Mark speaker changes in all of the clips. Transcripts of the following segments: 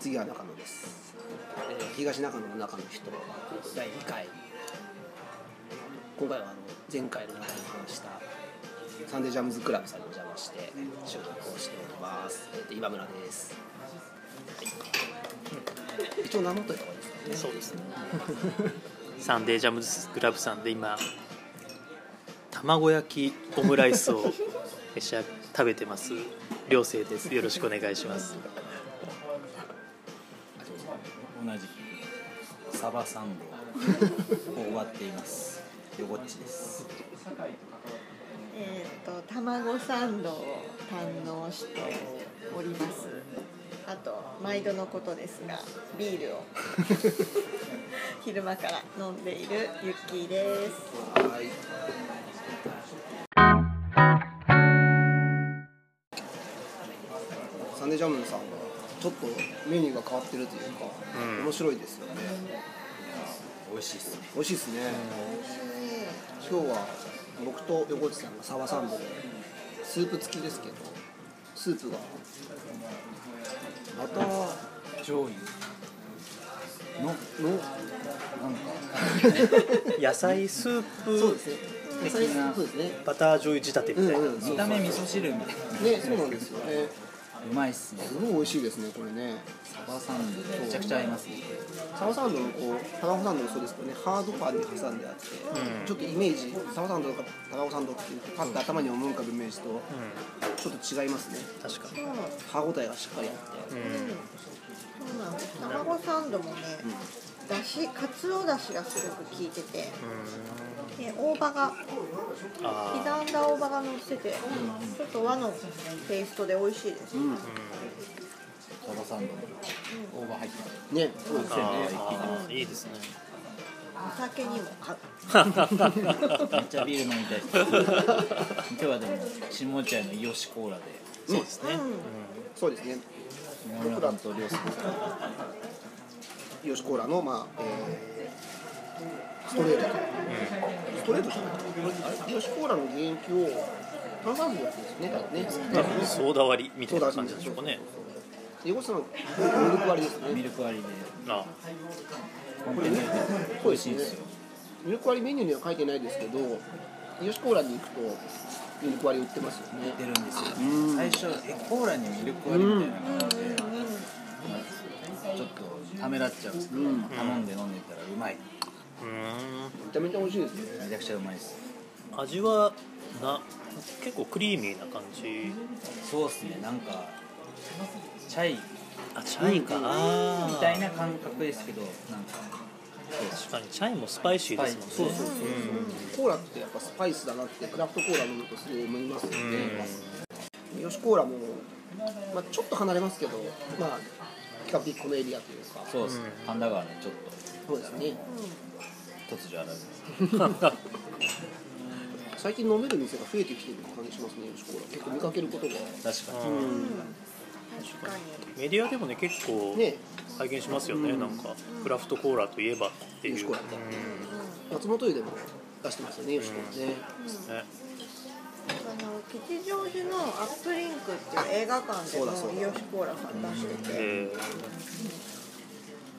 Speaker 1: 次は中野です、えー東中野の中の人第2回今回はあの前回の中に話したサンデージャムズクラブさんにお邪魔して収録をしております、えー、と今村です、はい、一応名乗っといた方がいいですかね
Speaker 2: そうですねサンデージャムズクラブさんで今卵焼きオムライスを召し上が食べてます良生ですよろしくお願いします
Speaker 3: 同じくサバサンドを終わっていますよごっちです
Speaker 4: えーっと卵サンドを堪能しておりますあと毎度のことですがビー ルを昼間から飲んでいるユッキーです
Speaker 1: はいサンデージャムズさんはちょっとメニューが変わってるというか、面白いですよね
Speaker 3: 美味しいっすね
Speaker 1: 美味しいですね、今日は僕と横地さんがサバサンドでスープ付きですけどスープがまたの
Speaker 3: 醤油のなんか
Speaker 2: 野菜スー
Speaker 1: そう
Speaker 2: プ
Speaker 1: ですね野菜スープですね
Speaker 2: バター醤油仕立てみたいな、
Speaker 1: うんうん
Speaker 3: 見た目味噌汁みたい
Speaker 1: ねそうなんですよね
Speaker 3: なうまいっすね
Speaker 1: すごい美味しいですねこれね
Speaker 3: サバサンドでめちゃくちゃ合いますね
Speaker 1: サバサンドのこうタバコサンドもそうですけどねハードパンに挟んであって、ちょっとイメージサバサンドとかタバコサンドって言ってパッと頭に思い浮かぶイメージとちょっと違いますね
Speaker 2: 確かに
Speaker 4: そう
Speaker 1: 歯応えがしっかりあって、
Speaker 4: そうなんです卵サンドもねだしかつおだしがすごく効いててで大葉が刻ん
Speaker 2: あ
Speaker 4: だ大葉が乗っててちょっと和のテイストで美味しいです、
Speaker 3: サバサンド大葉入ってます
Speaker 1: ねそうです
Speaker 2: ー
Speaker 1: よね
Speaker 2: あーいいですね
Speaker 4: お酒にも合う
Speaker 3: めっちゃビール飲みたいです今日はでも下落合のイオシコーラで
Speaker 2: そうですね、
Speaker 1: そうですね
Speaker 3: 今村さんと涼介さん
Speaker 1: ヨシコーラの、まあえーストレート、ストレートじゃないあれヨシコーラの原液を炭酸水だったんですよねだってね
Speaker 2: 多分ソーダ割りみたいな感じでしょうかね
Speaker 1: 横さんのミルク割りです
Speaker 3: ミ
Speaker 1: ね
Speaker 3: ルク割りで
Speaker 2: あ
Speaker 3: コンペに入れて美味しいですよ
Speaker 1: ミルク割りメニューには書いてないですけどヨシコーラに行くとミルク割り売ってますよね
Speaker 3: 出るんですよ最初えコーラにミルク割りみたいな感じで、ちょっとためらっちゃうんですけど、頼んで飲んでたらうまい
Speaker 2: ーうーん
Speaker 1: めちゃめちゃ美味しいですね
Speaker 3: めちゃくちゃうまいです
Speaker 2: 味はな結構クリーミーな感じ
Speaker 3: そうっすねなんかチャイみ
Speaker 2: あチャイかな
Speaker 3: たいな感覚ですけどなんか
Speaker 2: 確かにチャイもスパイシーですもんね
Speaker 3: そうそうそう
Speaker 1: コーラってやっぱスパイスだなってクラフトコーラ飲むとすごい思いますよねヨシコーラも、まあ、ちょっと離れますけどまあ比較的このエリアというか
Speaker 3: そうっすね神田川ねちょっ
Speaker 1: そうですね
Speaker 3: と突如現れます
Speaker 1: 最近飲める店が増えてきてる感じしますね、吉子ら結構見かけることが。
Speaker 3: 確かに、
Speaker 4: 確かに
Speaker 2: メディアでもね結構
Speaker 1: ね
Speaker 2: 拝見しますよね、なんかクラフトコーラといえばっていう、
Speaker 1: 吉
Speaker 2: う
Speaker 1: 子
Speaker 2: ん
Speaker 1: らって。松本湯でも出してますよね、吉子らね。
Speaker 2: ね、
Speaker 4: あの吉祥寺のアップリンクっていう映画館で
Speaker 1: そう
Speaker 4: も
Speaker 1: だそうだ
Speaker 4: イオシコーラさん出してて
Speaker 2: え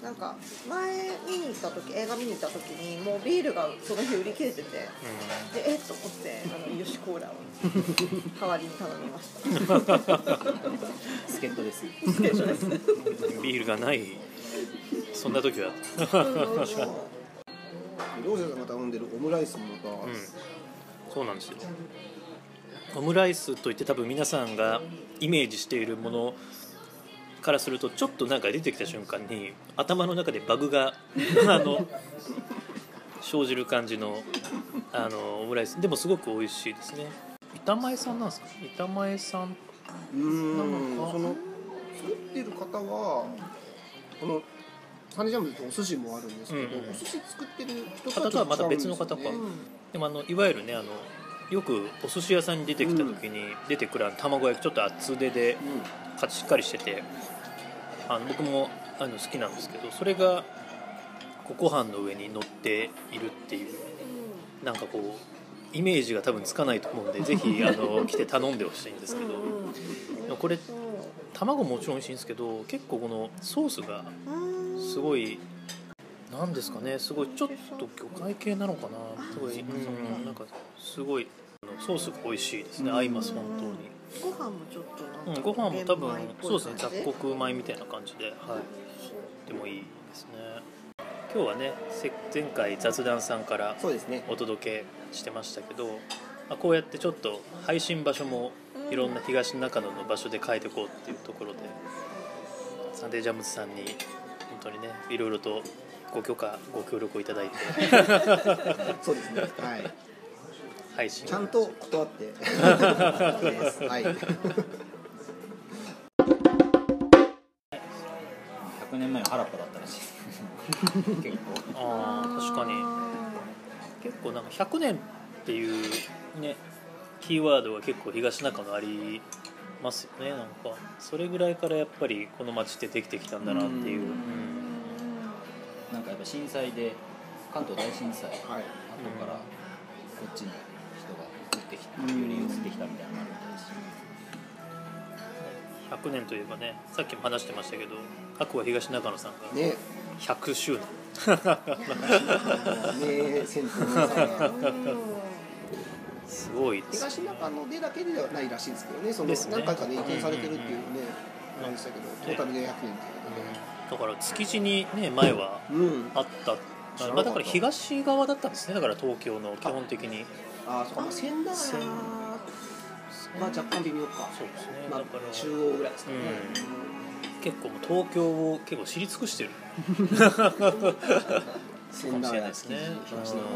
Speaker 4: なんか前見に行った時映画見に行った時にもうビールがその日売り切れてて、でえっと思ってあのイオシコーラを代わりに頼み ました
Speaker 3: 助っ人です
Speaker 2: ービールがないそんな時は
Speaker 1: 両生さんが頼んでるオムライスもまた、
Speaker 2: んそうなんですよオムライスといって多分皆さんがイメージしているものからするとちょっとなんか出てきた瞬間に頭の中でバグが あの生じる感じのあのオムライスでもすごく美味しいですね板前さんなんですか板前さん
Speaker 1: うーん、その、作ってる方は、この、サネジャムズってお寿司もあるんですけど、
Speaker 2: うんうん
Speaker 1: お寿司作ってる人
Speaker 2: 方とはまた別の方
Speaker 1: と
Speaker 2: か、
Speaker 1: は違うんですよね
Speaker 2: でもあのいわゆるねあのよくお寿司屋さんに出てきた時に出てくるあの卵焼きちょっと厚手でかしっかりしててあの僕もあの好きなんですけどそれがこうご飯の上に乗っているっていうなんかこうイメージが多分つかないと思うんでぜひあの来て頼んでほしいんですけどでもこれ
Speaker 4: そう
Speaker 2: 卵ももちろん美味しいんですけど結構このソースが
Speaker 4: うん
Speaker 2: すごいなんですかねすごいちょっと魚介系なのかなすごい、うん、なんかすごいあのソースが美味しいですね、合います本
Speaker 4: ご飯もちょっと
Speaker 2: 当
Speaker 4: な
Speaker 2: に、
Speaker 4: ん
Speaker 2: う
Speaker 4: か
Speaker 2: ん、ご飯も多分
Speaker 4: 玄米っぽい
Speaker 2: そうですね雑
Speaker 4: 感じ
Speaker 2: 穀米みたいな感じで、はい、でもいいですね今日はねせ前回雑談さんから
Speaker 1: そうですね
Speaker 2: お届けしてましたけど、まあ、こうやってちょっと配信場所もいろんな東中野の場所で変えていこうっていうところで、サンデージャムズさんに本当にねいろいろとご許可ご協力をいただいて
Speaker 1: そう ですねはい
Speaker 2: 配信
Speaker 1: ちゃんと断って はい
Speaker 3: 100年前は原っぱだったらしい結構
Speaker 2: あー確かに
Speaker 4: に
Speaker 2: 結構なんか100年っていうねキーワードが結構東中野ありますよねなんかそれぐらいからやっぱりこの街ってできてきたんだなっていう
Speaker 1: うん
Speaker 2: うん
Speaker 3: なんかやっぱ震災で関東大震災後か
Speaker 1: はい
Speaker 3: らこっちに人が移ってきたより移ってきたみたいなのがあるみたいです
Speaker 2: 100年といえばねさっきも話してましたけどアクア東中野さんが
Speaker 1: ね
Speaker 2: 100周年、
Speaker 1: 名戦闘のさ
Speaker 2: すごいです
Speaker 1: 東中野でだけではないらしいですけどねその
Speaker 2: ですね
Speaker 1: 何回かね移転されてるっていうね
Speaker 2: うん
Speaker 1: なんでしたけどトータルで100年
Speaker 2: だから築地にね前は
Speaker 1: ということでうん
Speaker 2: あった、まあ、だから東側だったんですねだから東京の基本的に
Speaker 1: ああそうかまあ千駄ヶ谷は若干微妙か
Speaker 2: そうですねだ
Speaker 1: まあ
Speaker 2: から、
Speaker 1: 中央ぐらいですかね
Speaker 2: 結構もう東京を結構知り尽くしてるか
Speaker 1: 千
Speaker 2: も
Speaker 1: 駄
Speaker 2: し
Speaker 1: ヶ
Speaker 2: れ
Speaker 1: 谷
Speaker 2: ないですね、うん、なん
Speaker 1: 東
Speaker 2: か
Speaker 1: 中
Speaker 2: も
Speaker 1: 野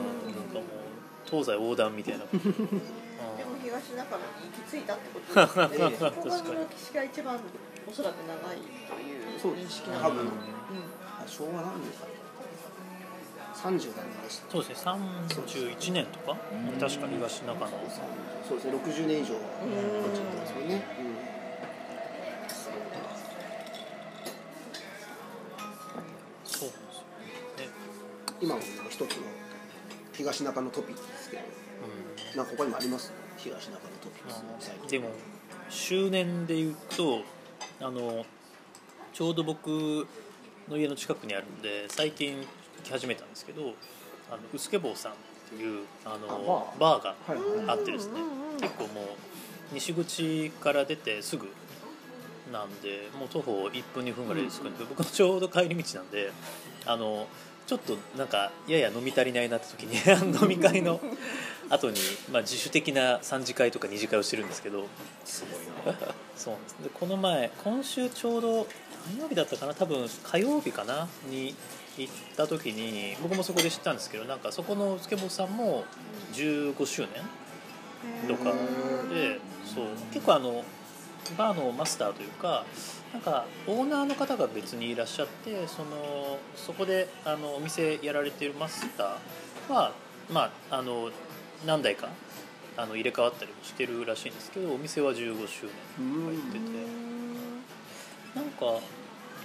Speaker 2: う東西横断 みたいな、うん
Speaker 4: でも東中野に行き着いたってことですよねここがの歴史が一番おそらく長いと
Speaker 1: そ
Speaker 4: いうう
Speaker 1: で
Speaker 4: 認
Speaker 1: す
Speaker 4: 識な
Speaker 1: 多
Speaker 4: の
Speaker 1: 分
Speaker 4: うん
Speaker 1: あ昭和何年だ三十代でした
Speaker 2: そうですね31年とか、
Speaker 3: うん
Speaker 2: 確か東中野
Speaker 1: そうですね六十年以上は
Speaker 4: うん
Speaker 1: こっちにいますよねうん
Speaker 2: そうなんですよね
Speaker 1: 今も一つの東中野トピックですけどなんか他にもあります東中野トピックス最近
Speaker 2: でも周年で言うとあのちょうど僕の家の近くにあるんで最近来始めたんですけどあの薄け坊さんっていうあの
Speaker 1: あ
Speaker 2: バーが
Speaker 1: はいはい
Speaker 2: あってですね
Speaker 4: うんうんうん
Speaker 2: 結構もう西口から出てすぐなんでもう徒歩1分2分ぐらいですけど、僕もちょうど帰り道なんであのちょっとなんかやや飲み足りないなって時に 飲み会の後にまあ、自主的な3次会とか2次会をしてるんですけど
Speaker 1: すごいな
Speaker 2: そうなんですでこの前今週ちょうど何曜日だったかな多分火曜日かなに行った時に僕もそこで知ったんですけどなんかそこのスケボーさんも15周年とかでそう結構あのバーのマスターというかなんかオーナーの方が別にいらっしゃってそのそこであのお店やられてるマスターは、まあ、あの何代かあの入れ替わったりもしてるらしいんですけどお店は15周年とか言っててなんか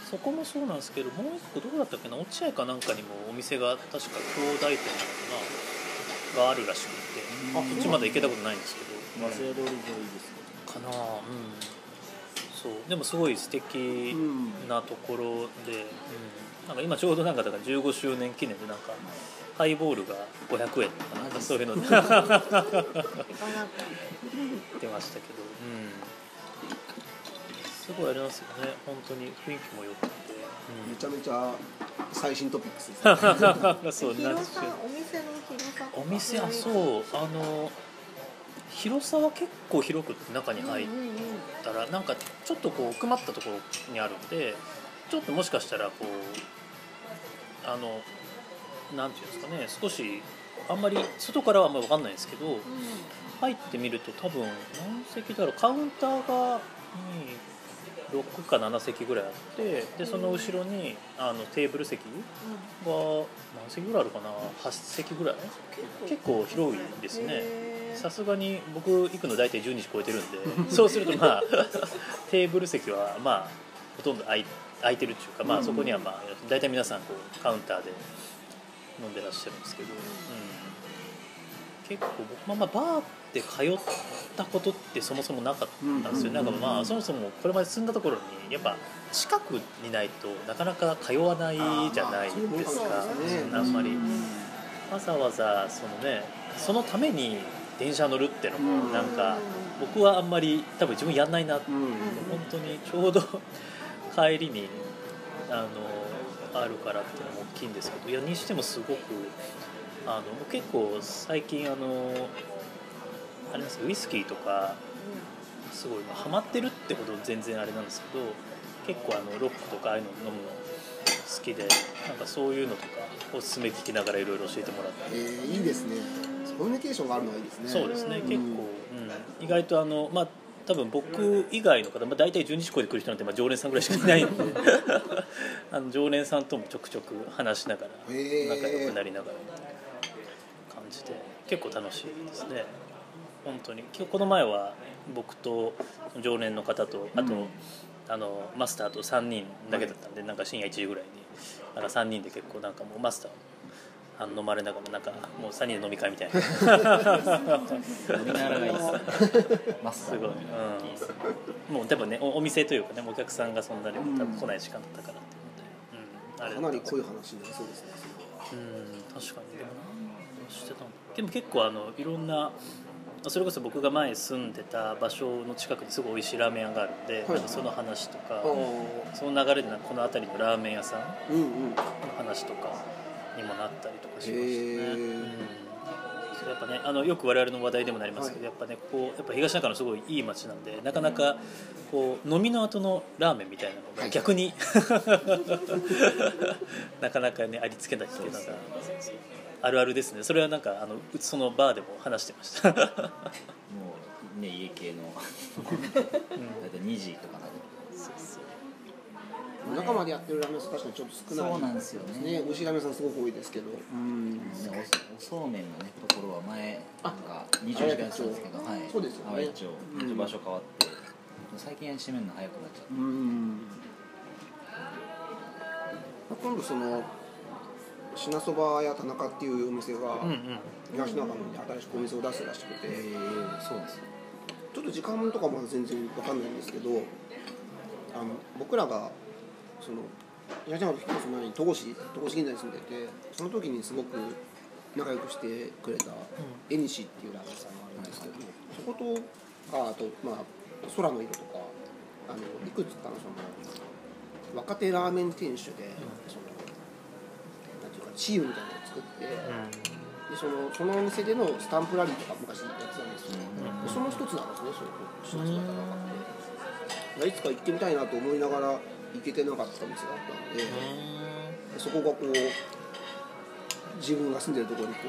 Speaker 2: そこもそうなんですけどもう一個どこだったっけな落合かなんかにもお店が確か兄弟店なのかながあるらしくて
Speaker 3: あ
Speaker 2: そっちまで行けたことないんですけど。
Speaker 3: 早稲通り沿いです
Speaker 2: かなうんそうでもすごい素
Speaker 1: う
Speaker 2: 敵
Speaker 1: ん
Speaker 2: なところで、うんなんか今ちょうどなんかだから15周年記念でなんかハイボールが500円とかなんかそういうので出ましたけど、すごいあれなんですよね本当に雰囲気も良くて、
Speaker 1: めちゃめちゃ最新トピックスですね
Speaker 2: うんそうなんで
Speaker 4: 広
Speaker 2: す
Speaker 4: さ
Speaker 2: よ
Speaker 4: お店の広さ
Speaker 2: お店あそうあの広さは結構広くって中に入っ
Speaker 4: うんうんうん
Speaker 2: ったらなんかちょっとこう奥まったところにあるんでちょっともしかしたらこうあのなんていうんですかね少しあんまり外からはあんまり分かんないんですけど入ってみると多分何席だろうカウンターがうん6か7席ぐらいあってでその後ろにあのテーブル席が
Speaker 4: うん
Speaker 2: 何席ぐらいあるかな8席ぐらい結構広いですね。
Speaker 4: へー
Speaker 2: さすがに僕行くの大体12時超えてるんでそうするとまあテーブル席はまあほとんど空い空いてるっていうか、まあ、そこにはまあ大体皆さんこうカウンターで飲んでらっしゃるんですけど、うん結構僕まあまあバーって通っったことってそもそもなかったんですよ、なんかまあそもそもこれまで住んだところにやっぱ近くにないとなかなか通わないじゃないです
Speaker 1: あ
Speaker 2: か、
Speaker 1: まあそうですね
Speaker 2: あんまりわざわざそのねそのために電車乗るってのもなんか僕はあんまり多分自分やんないなって
Speaker 1: うん
Speaker 2: 本当にちょうど 帰りにあのあるからっていうのも大きいんですけどいやにしてもすごくあの僕結構最近あのあれなんですよウイスキーとかすごいまあハマってるってほど全然あれなんですけど結構あのロックとかああいうの飲むの好きでなんかそういうのとかおすすめ聞きながらいろいろ教えてもらっ
Speaker 1: え
Speaker 2: て
Speaker 1: ーいいですねコミュニケーションがあるのはいいですね
Speaker 2: そうですね、
Speaker 4: うん
Speaker 2: 結構、うん、意外とあのまあ多分僕以外の方、まあ、大体12時超えてくる人なんて、まあ、常連さんぐらいしかいな いんであの常連さんともちょくちょく話しなが
Speaker 1: へ
Speaker 2: ら
Speaker 1: ー
Speaker 2: 仲良くなりながら感じで結構楽しいですね本当に今日この前は僕と常連の方とあと、
Speaker 3: うん
Speaker 2: あのマスターと3人だけだったんで、なんか深夜1時ぐらいになんか3人で結構なんかもうマスターあの飲まれながらなんかもう3人で飲み会みた いな
Speaker 3: 飲みながらがいいっす マス
Speaker 2: す
Speaker 3: ター
Speaker 2: ごい、うん、もうでもねおお店というかねもうお客さんがそんなに多分来ない時間だったからって
Speaker 1: か
Speaker 2: いうの
Speaker 1: な
Speaker 2: で、
Speaker 1: り
Speaker 2: うん、あれ
Speaker 1: 濃い話になりそうですね
Speaker 2: うん確かにでもなしてたのでも結構あのいろんなそれこそ僕が前住んでた場所の近くにすごい美味しいラーメン屋があるんで、
Speaker 1: い
Speaker 2: なんかその話とか、
Speaker 1: それは
Speaker 2: その流れでなんかこの辺りのラーメン屋さん
Speaker 1: あーうんうん
Speaker 2: の話とかにもなったりとかしましたね。
Speaker 1: へー
Speaker 2: うんそうやっぱね、あのよく我々の話題でもなりますけど、
Speaker 1: は
Speaker 2: やっぱねこうやっぱ東中野すごいいい街なんでなかなかこう飲みの後のラーメンみたいなの
Speaker 1: は
Speaker 2: が
Speaker 1: い
Speaker 2: 逆に、 なかなかねありつけないっていうのがあるあるですねそれはなんかあのうちそのバーでも話してました
Speaker 3: もうね家系のだいたい2時とかな
Speaker 1: 中までやってるラーメン屋さん確かにちょっと少ない
Speaker 3: そうなんですよね
Speaker 1: ね美味しいラーメン屋さんすごく多いですけどうん
Speaker 3: ねおおそうめんのねところは前
Speaker 1: あ
Speaker 3: なんか24時間やってたんですけど、はい、
Speaker 1: そうですよね
Speaker 3: 淡谷町ちょ
Speaker 1: うん
Speaker 3: っと場所変わって、最近閉めるの早くなっちゃっ
Speaker 1: うん今度その品そばや田中っていうお店が
Speaker 2: うんうん
Speaker 1: 東中野に新しくお店を出してらしくて、
Speaker 3: て、えー、そうですよ
Speaker 1: ちょっと時間とかまだ全然わかんないんですけどあの僕らがその東山と引っ越す前に戸越戸越銀座に住んでてその時にすごく仲良くしてくれたえにしっていうラーメン屋さんがあるんですけど、そことかあと、まあ、空の色とかあのいくつかのその若手ラーメン店主で、そのなんていうかチームみたいなのを作って。でそのそのお店でのスタンプラリーとか昔やってたんですよ、
Speaker 2: うん
Speaker 1: でその一つなんですねそういう一つだったなかっていつか行ってみたいなと思いながら行けてなかったお店があったんで、そこがこう自分が住んでるところにこ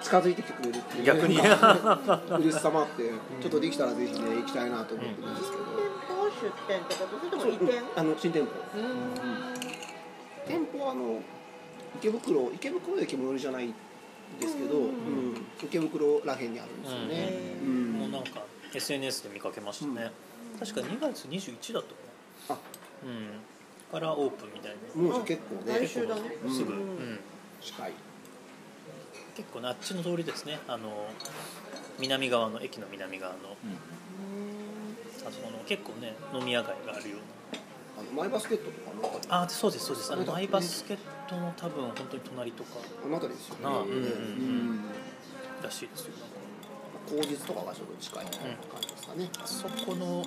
Speaker 1: う近づいてきてくれる っていう
Speaker 2: 逆に
Speaker 1: なんか嬉しさもあってちょっとできたらぜひね行きたいなと思ってるんですけど、
Speaker 4: 店舗出店ってことそれとも
Speaker 1: そう
Speaker 4: 移転
Speaker 1: あの新店舗
Speaker 4: うん
Speaker 1: 店舗はあの池袋池袋駅も寄りじゃないんですけど、
Speaker 4: うん
Speaker 1: うん池袋らへんにあるんですよね、
Speaker 4: う
Speaker 1: うん
Speaker 2: もうなんか SNS で見かけましたね、確か2月21だったか
Speaker 1: あ
Speaker 2: なうんからオープンみたいな
Speaker 1: もうじゃあ結構ね
Speaker 4: 来週だね
Speaker 2: すぐ、
Speaker 1: う
Speaker 2: うんん
Speaker 1: 近い
Speaker 2: 結構ねあっちの通りですねあの南側の駅の南側の
Speaker 3: う
Speaker 2: あそこの結構ね飲み屋街があるよう
Speaker 1: あのマイバスケットとかの辺り
Speaker 2: なあそうですそうですあの
Speaker 1: そうだ
Speaker 2: マイバスケットの多分本当に隣とか
Speaker 1: あの辺りですよね
Speaker 2: なあうんうんうん
Speaker 1: うん
Speaker 2: らしいですよ
Speaker 1: 口実とかがちょっと近いみたいな感じですかね、
Speaker 2: あそこの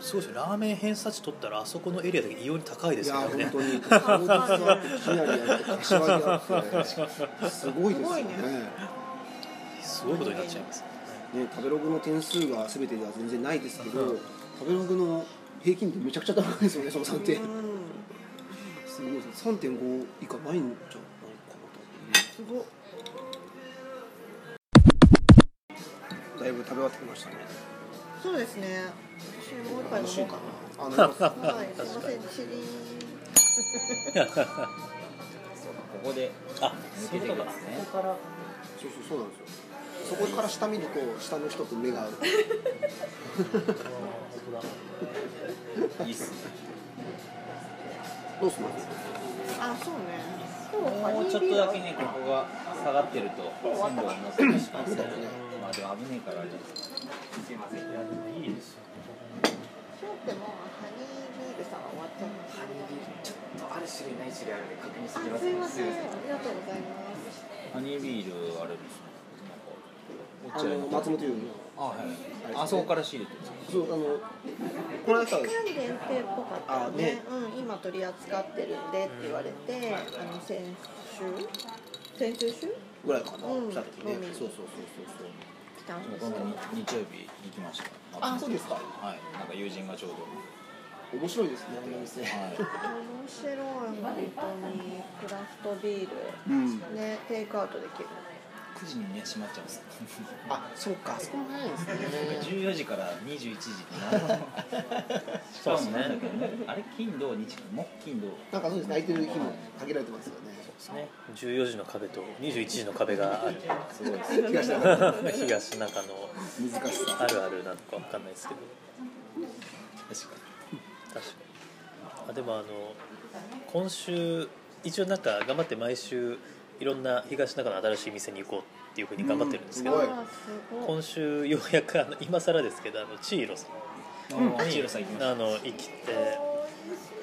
Speaker 2: すごいですよラーメン偏差値取ったらあそこのエリアだけ異様に高いで
Speaker 1: い
Speaker 2: す
Speaker 1: や
Speaker 2: から
Speaker 1: 本
Speaker 2: ね
Speaker 1: 当に口実あってきなりあって柏木あ ってすごいですよね
Speaker 4: すごい
Speaker 1: ね
Speaker 2: すごいことになっちゃいます
Speaker 1: 食べログの点数が全てでは全然ないですけど、
Speaker 2: うん
Speaker 1: 食べログの平均点めちゃくちゃ高いですよねその3点、
Speaker 4: うん
Speaker 1: すごいです3.5以下ないんじゃないかな
Speaker 4: すごっ
Speaker 1: とだいぶ食べ終わってきましたね
Speaker 4: そうですね私もう一杯飲もうかな
Speaker 1: あの
Speaker 4: はい、すみません、チリ
Speaker 3: そうかここで
Speaker 2: あ
Speaker 3: 抜けていくんですね
Speaker 1: そうそうそうなんですよそこから下見ると下の人と目が合う
Speaker 3: いいっすね
Speaker 1: どうします
Speaker 4: あ、そうね。
Speaker 3: もうちょっとだけねここが下がってると線路に乗ってましたんですねまあでも危ねえからあれですけど
Speaker 5: 種類ない種類あるんで確認してき
Speaker 4: あ
Speaker 5: ます
Speaker 4: すいませんあ
Speaker 5: ん
Speaker 4: りがとうございます
Speaker 3: ハニービールあれですね
Speaker 1: あの松本優の
Speaker 3: あはいあそこから仕入れてるんですか
Speaker 1: そうあのこの間さ
Speaker 4: 期間限定っぽかった
Speaker 1: あ
Speaker 4: よね
Speaker 1: ね
Speaker 4: うん、今取り扱ってるんでって言われて、あの先週先々週
Speaker 1: ぐらいかな、
Speaker 4: うん
Speaker 1: 来た時ね、
Speaker 4: うん
Speaker 1: そうそうそう
Speaker 4: 来たんです
Speaker 3: こ
Speaker 4: よ
Speaker 3: の日日曜日行きました
Speaker 1: そうそうそうですか
Speaker 3: はいなんか友人がちょうど
Speaker 1: 面白いですねあのお店、
Speaker 3: は
Speaker 4: 面白い本当にクラフトビール
Speaker 1: うん
Speaker 4: ねテイクアウトできる
Speaker 3: い9時にね閉まっちゃうんです
Speaker 1: あそうかあそこが早いですね
Speaker 3: 14時から21時ってなしかもなんだっけねあれ金土日木金土
Speaker 1: なんかそうですね空いてる日も限られてますよね
Speaker 3: ね
Speaker 2: 14時の壁と21時の壁がある
Speaker 1: すごいです東中の
Speaker 2: 東中の
Speaker 1: 難しさ
Speaker 2: あるあるなのかわかんないですけど
Speaker 3: 確か
Speaker 2: 確かにあでもあの今週一応なんか頑張って毎週いろんな東中の新しい店に行こうっていうふうに頑張ってるんですけど、
Speaker 1: うん
Speaker 4: あーすごい
Speaker 2: 今週ようやくあの今更ですけどあのチーロさん
Speaker 3: にもう
Speaker 2: に
Speaker 3: チーロさん行きました
Speaker 2: あの行きて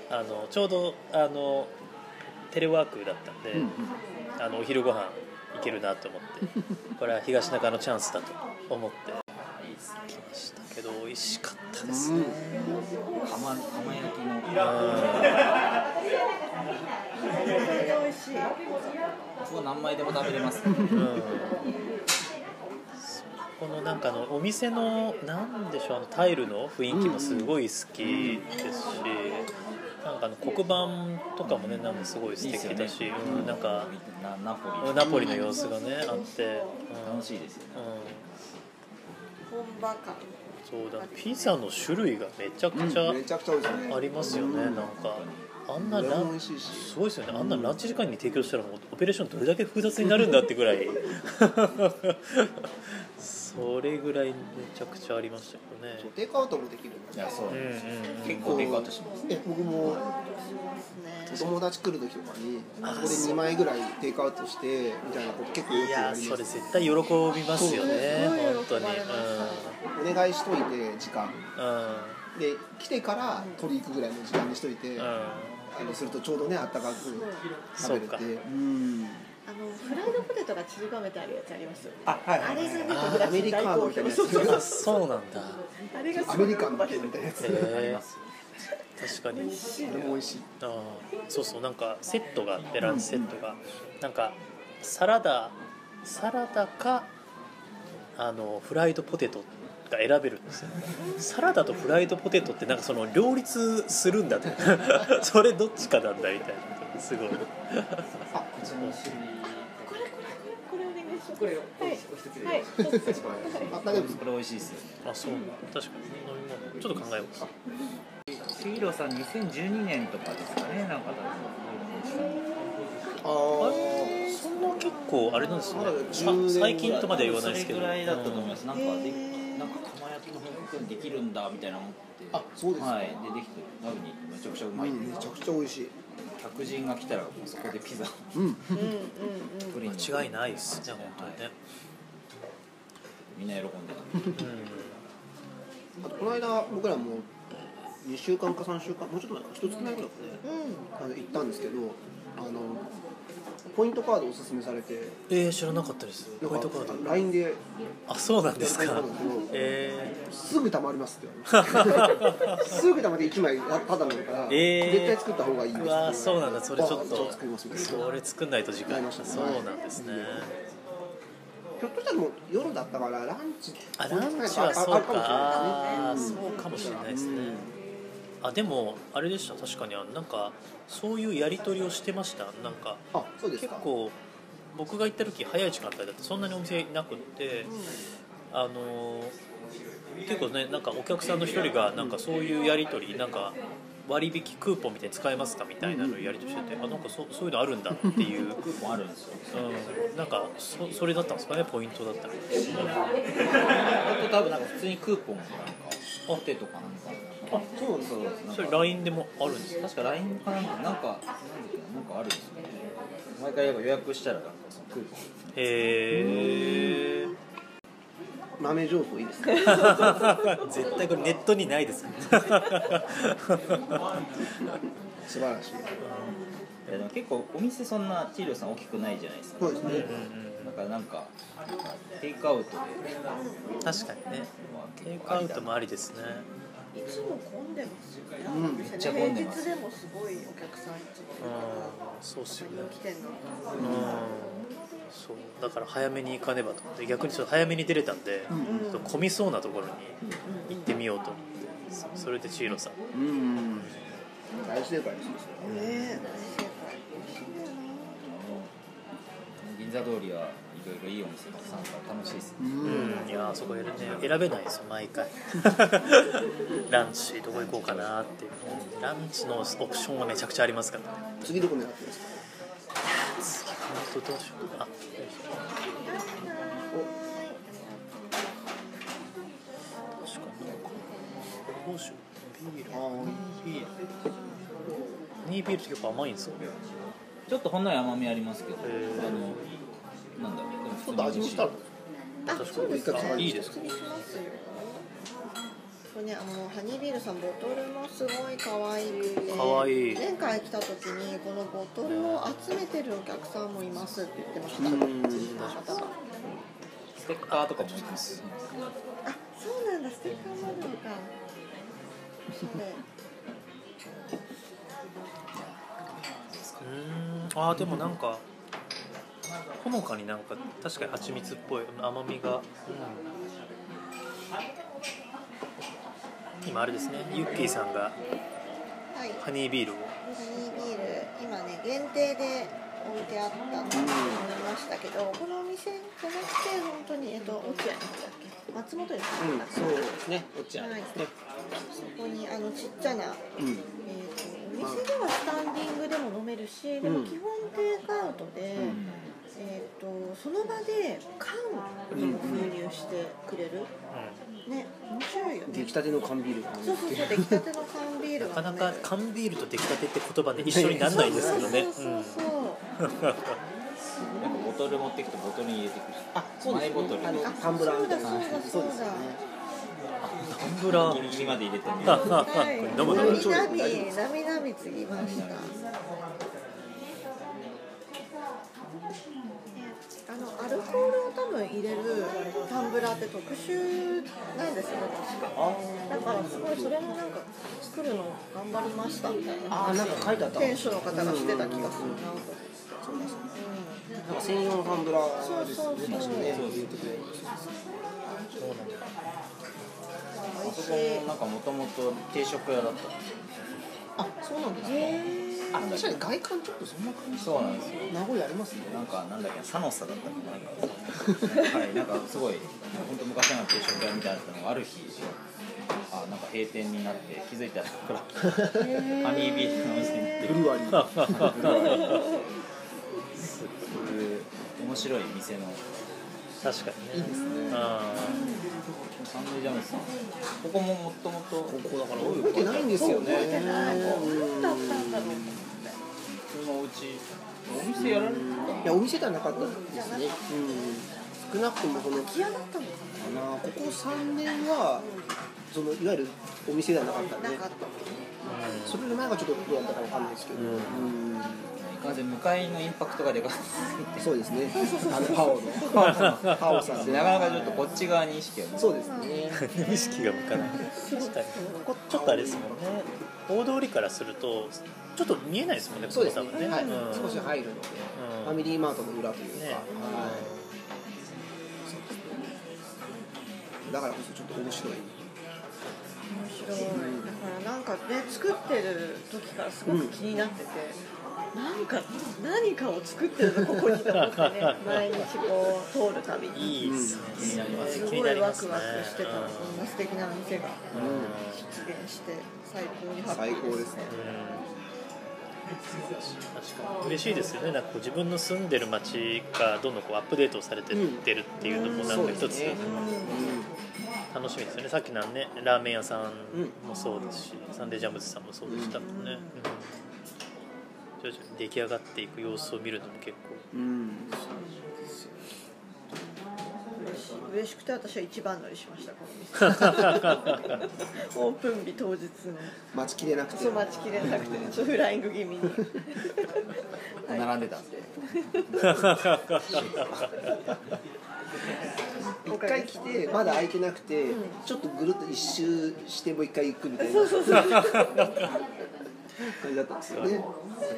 Speaker 2: あのちょうどあのテレワークだったんで、あのお昼ご飯行けるなと思って これは東中のチャンスだと思って来ましたけど美味しかったですね、
Speaker 3: 釜釜焼きの
Speaker 4: これが美味しい
Speaker 3: ここ何枚でも食べれます
Speaker 2: うんそこのなんかあのお店のなんでしょうあのタイルの雰囲気もすごい好きですし、なんかあの黒板とかもねなんかすごい素敵だし、うんなんか
Speaker 3: なナポリ
Speaker 2: ナポリの様子がねあって、うん
Speaker 3: 楽しいですよね
Speaker 2: う
Speaker 4: 本場感
Speaker 2: ん、そうだピザの種類がめちゃくちゃ
Speaker 1: めちゃくちゃ美味しいね
Speaker 2: ありますよね、
Speaker 1: うん
Speaker 2: なんかあんな
Speaker 1: これ
Speaker 2: ラ
Speaker 1: も美
Speaker 2: ン
Speaker 1: 味しいし
Speaker 2: すごいですよねあんなランチ時間に提供したらもうオペレーションどれだけ複雑になるんだってぐらいそれぐらいめちゃくちゃありましたけ
Speaker 1: そう
Speaker 2: どね
Speaker 1: テイクアウトもできる
Speaker 3: いやそう
Speaker 2: うんうんうん
Speaker 3: 結構テイクアウトします
Speaker 1: え僕も
Speaker 4: で
Speaker 1: お
Speaker 4: すね
Speaker 1: 友達来る時とかにあそこで2枚ぐらいテイクアウトしてみたいなこと結構よ
Speaker 2: い
Speaker 1: くや
Speaker 2: や
Speaker 1: り
Speaker 2: そ
Speaker 1: ま
Speaker 2: れ
Speaker 1: す
Speaker 2: 絶対喜びますよね
Speaker 4: そう
Speaker 2: 本当にう
Speaker 1: お願いしといて時間
Speaker 2: ん
Speaker 1: で来てから取り行くぐらいの時間にしといて、
Speaker 2: うん、うん
Speaker 1: あのするとちょうどねあったかく食べれ
Speaker 2: そうか
Speaker 1: てうん
Speaker 4: あのフライドポテトがちりばめてあるやつありますよね
Speaker 1: あはい
Speaker 4: あれがね
Speaker 1: あ
Speaker 4: 友達に大好
Speaker 1: アメリカン
Speaker 4: 評
Speaker 1: の
Speaker 4: そうそうそう
Speaker 2: あそうなんだ
Speaker 4: あれが
Speaker 1: ア
Speaker 4: す
Speaker 1: メ
Speaker 4: ごい
Speaker 1: リカンだけみたいなやつあ
Speaker 2: へえ確かに
Speaker 1: れも美味しい
Speaker 2: あーそうそうなんかセットがあってランチセットが、なんかサラダサラダかあのフライドポテトが選べるんですよサラダとフライドポテトってなんかその両立するんだと それどっちかなんだみたいなすごい
Speaker 5: あこちらの種類
Speaker 4: これこれこれこれお願いします
Speaker 5: これを
Speaker 4: はい
Speaker 5: お一つで、
Speaker 4: はいどうぞ
Speaker 1: あだけど
Speaker 3: これ美味しいですよね
Speaker 2: あそう確かに飲み物ちょっと考えます
Speaker 3: シーロさん2012年とかですかねなんか多分
Speaker 1: あー
Speaker 2: そんな結構あれなんですね
Speaker 1: まだ
Speaker 2: さ
Speaker 1: 10年
Speaker 2: 最近とまでは言わないですけど
Speaker 3: それぐらいだったと思いますすなんかでなんか釜焼きの報告できるんだみたいな思って
Speaker 1: あそうですか
Speaker 3: はいでできてラウにめちゃくちゃうま
Speaker 1: う
Speaker 3: い、
Speaker 1: んめちゃくちゃ美味しい
Speaker 3: 客人が来たらもうそこでピザ
Speaker 1: うん
Speaker 4: うんうん
Speaker 3: プリン
Speaker 2: 間違いないですね本当にね、
Speaker 3: はいみんな喜んでた
Speaker 1: あとこの間僕らも2週間か3週間もうちょっと前か1月ぐらいだったね
Speaker 4: うんうん
Speaker 1: あの行ったんですけどあのポイントカードをおすすめされて
Speaker 2: うん、えー、知らなかったです
Speaker 1: なん
Speaker 2: ポイント
Speaker 1: か
Speaker 2: カード
Speaker 1: LINE で
Speaker 2: あそうなんです
Speaker 1: やり
Speaker 2: か
Speaker 1: たいことだけど
Speaker 2: え
Speaker 1: 「すぐ貯まります」って言われ てすぐ貯まって1枚ただなのから、
Speaker 2: えー
Speaker 1: 絶対作った方がいいですって言
Speaker 2: ー、う
Speaker 1: われ
Speaker 2: わー
Speaker 1: て
Speaker 2: そうなんだそれちょっ
Speaker 1: あじゃあ
Speaker 2: と
Speaker 1: 作りますみたいな
Speaker 2: それ作んないと時間そうなんですね
Speaker 1: ひょっとしたらもう夜だったからランチ
Speaker 2: あランチはそうかあ
Speaker 1: あ
Speaker 2: ー
Speaker 1: る
Speaker 2: そうかもしれないですねあでもあれでした確かにあのなんかそういうやり取りをしてましたなんか
Speaker 1: あそうです
Speaker 2: 結
Speaker 1: か
Speaker 2: 構僕が行った時早い時間帯だってそんなにお店なくってあのー結構ねなんかお客さんの一人がなんかそういうやり取りなんか割引クーポンみたいに使えますかみたいなのをやり取りしててあなんかそそういうのあるんだっていう
Speaker 3: クーポンあるんですよ
Speaker 2: うん、なんかそそれだったんですかねポイントだったら
Speaker 3: あと多分なんか普通にクーポンがなんかポテトかなんかあそうなんです
Speaker 2: それ LINE でもあるんですか
Speaker 3: 確か LINE かなんかなんかなんだっけななんかあるんですよね毎回やっぱ予約したらなんかそのクーポン
Speaker 2: へえ
Speaker 1: 豆情報いいですね
Speaker 2: 絶対これネットにないです
Speaker 1: 素晴らしい
Speaker 3: やでも結構お店そんなチールさん大きくないじゃないですか、
Speaker 1: そうですね
Speaker 3: だからなんかテイクアウトで
Speaker 2: 確かにねテイクアウトもありですね
Speaker 4: いつも混んでますよね、
Speaker 1: うん
Speaker 4: めっ
Speaker 3: ちゃ混んでます
Speaker 4: 平日でもすごいお客さんいつもいるか
Speaker 2: う
Speaker 4: ら
Speaker 2: んそうっすよね
Speaker 4: 人気店の
Speaker 2: うんそうだから早めに行かねばと思って逆にちょっと早めに出れたんで、
Speaker 1: ん
Speaker 2: ちょっと混みそうなところに行ってみようと思ってそそれでチーロさん
Speaker 1: うん大正解ですよ
Speaker 4: ねえ大正解
Speaker 3: 銀座通りはいろいろいいお店たくさんあるから楽しいですね
Speaker 2: うん、いやーそこ選,、ね、選べないですよ毎回 ランチどこ行こうかなっていうランチのオプションはめちゃくちゃありますからね
Speaker 1: 次どこ狙ってますか
Speaker 2: 次本当どうしようかなあ確かにどうしようビールビールニービールって結構甘いんですよ
Speaker 3: ちょっとほんのり甘みありますけど、
Speaker 2: へー
Speaker 3: あのなんだろうで
Speaker 1: ちょっと味
Speaker 3: も普通に
Speaker 1: 見したら
Speaker 4: あ
Speaker 2: 確か
Speaker 4: そう
Speaker 2: に
Speaker 4: ですか
Speaker 1: あい
Speaker 2: いです
Speaker 4: かしますよこれね、あのハニービールさんボトルもすごい可愛くて
Speaker 2: 可愛い
Speaker 4: 前回来た時にこのボトルを集めてるお客さんもいますって言ってました、
Speaker 1: う
Speaker 4: うん方が
Speaker 3: ステッカーとかもついてます
Speaker 4: あ、そうなんだ、ステッカーもあるのか。で
Speaker 2: うんあーでもなんかほのかになんか確かに蜂蜜っぽい甘みが、うん今あれですねユッキーさんが
Speaker 4: はい、
Speaker 2: ハニービールを
Speaker 4: ハニービール、今ね、限定で置いてあったのを飲みましたけど、このお店じゃなくて、本当に、えっと、落合の方だっけ。松本ですね。
Speaker 1: うんそうですね落合
Speaker 4: はい
Speaker 1: ですね
Speaker 4: そこに、あの、ちっちゃな、
Speaker 1: うん
Speaker 4: えっと、お店ではスタンディングでも飲めるし、でも基本テイクアウトで。えっと、その場で缶にも封入してくれる。ね、面白いよね。
Speaker 1: 出来たての缶ビールが
Speaker 4: そうそうそう、出来たての缶ビール
Speaker 2: なか
Speaker 4: が
Speaker 2: な
Speaker 4: 飲める
Speaker 2: か缶ビールと出来たてって言葉で一緒にならないですけどね
Speaker 4: そうそうそう
Speaker 3: なんかボトル持ってきてボトルに入れてくる
Speaker 1: あそうです
Speaker 3: マイボトル
Speaker 1: ねあのタンブラーみたいな
Speaker 4: そうだそうだ
Speaker 1: そうですよね
Speaker 2: うんタンブラ
Speaker 3: ギ
Speaker 2: ー
Speaker 3: リギリまで入れてみる
Speaker 2: あああこ
Speaker 4: そう。
Speaker 2: れ飲むの
Speaker 1: ちょっと
Speaker 4: なみなみ、なみなみつぎました。あのアルコールを多分入れるタンブラーって特殊なんですよね、確か。だからすごいそれもなんか作るの頑張りましたみたい
Speaker 1: あ
Speaker 4: な。
Speaker 1: ーなんか書いてあった
Speaker 4: 店主の方がしてた気がするなと。
Speaker 1: そうですねなんか専用のタンブラーですよね
Speaker 4: そうそうそう
Speaker 1: 確かね
Speaker 3: そうです
Speaker 1: 言ってくれるんですよ
Speaker 4: 美
Speaker 3: あ
Speaker 4: 味
Speaker 3: そ
Speaker 4: し
Speaker 3: こ
Speaker 4: い。
Speaker 3: なんかもともと定食屋だっ
Speaker 1: あそうなんですね
Speaker 4: へ
Speaker 1: あ確かに外観ちょっとそんな感
Speaker 3: た
Speaker 1: じ
Speaker 3: そうなんですよ
Speaker 1: 名古屋ありますね
Speaker 3: なんかなんだっけサノサだったか ななんかはいなんかすごい本当昔の定食屋みたいだったのがある日あなんか閉店になって気づいたらほらハニービールのお店に行って
Speaker 1: ブリュワリー
Speaker 3: そういう面白い店の
Speaker 2: 確かにね
Speaker 1: ですね
Speaker 2: あ
Speaker 3: サンデージャムさんここももともとここだから
Speaker 1: 覚えてないんですよね
Speaker 4: 覚えてない
Speaker 1: うん
Speaker 4: だったんだろう。
Speaker 3: 普通のお家お店やられる
Speaker 1: いやお店ではなかったですねうん少なくともその
Speaker 4: 空き家だったのか
Speaker 1: なここ3年はそのいわゆるお店ではなかったん
Speaker 4: な。
Speaker 1: で
Speaker 4: なんかあった。
Speaker 1: それの前がちょっとどうだったかわかんないですけど、うん
Speaker 3: いかんせん向かいのインパクトがでかす
Speaker 1: そうですねあのパオのパオさん
Speaker 3: ぎてなかなかちょっとこっち側に意識が
Speaker 1: そう
Speaker 3: で
Speaker 1: ですね
Speaker 2: あ意識が向かない確かにここちょっとあれですもんね大通りからするとちょっと見えないですもんねこ
Speaker 1: そう
Speaker 2: こ
Speaker 1: です
Speaker 2: 多
Speaker 1: ね
Speaker 2: 分ね、
Speaker 1: はい
Speaker 2: うん
Speaker 1: 少し入るので、
Speaker 2: うん
Speaker 1: ファミリーマートの裏というか、
Speaker 2: ね
Speaker 1: はいだからこそちょっと面白い
Speaker 4: 面白い。だからなんかね作ってる時からすごく気になってて。なんか何かを作ってるのここにと思ってね毎日こう通るたびに
Speaker 2: いいですね、
Speaker 3: 気になります
Speaker 2: 気
Speaker 4: すご
Speaker 2: に
Speaker 4: い
Speaker 2: なり
Speaker 4: ワ
Speaker 2: ます
Speaker 4: ク
Speaker 2: ね
Speaker 4: ワクしてたこんな素敵な店が
Speaker 2: うんうん
Speaker 4: 出現して最高にハッ
Speaker 1: 最
Speaker 4: ピー
Speaker 1: 高
Speaker 4: で
Speaker 1: ですす
Speaker 4: ね
Speaker 1: ね
Speaker 2: 確かに嬉しいですよねなんかこう自分の住んでる町がどんどんこうアップデートされてってるっていうのもなんか一つ楽しみですよねさっきのねラーメン屋さんもそうですし、サンデージャムズさんもそうでしたもんね、うん徐々に出来上がっていく様子を見るのも結構
Speaker 1: うん、うん
Speaker 4: 嬉しいな嬉しくて私は一番乗りしましたこの店オープン日当日の
Speaker 1: 待ちきれなくて
Speaker 4: そう待ちきれなくてちょっとフライング気味にはい
Speaker 3: 並んでたんで
Speaker 1: 一回来てまだ空いてなくて、ちょっとぐるっと一周してもう一回行くみたいな
Speaker 4: そうそうそう
Speaker 1: 感じだったんですよね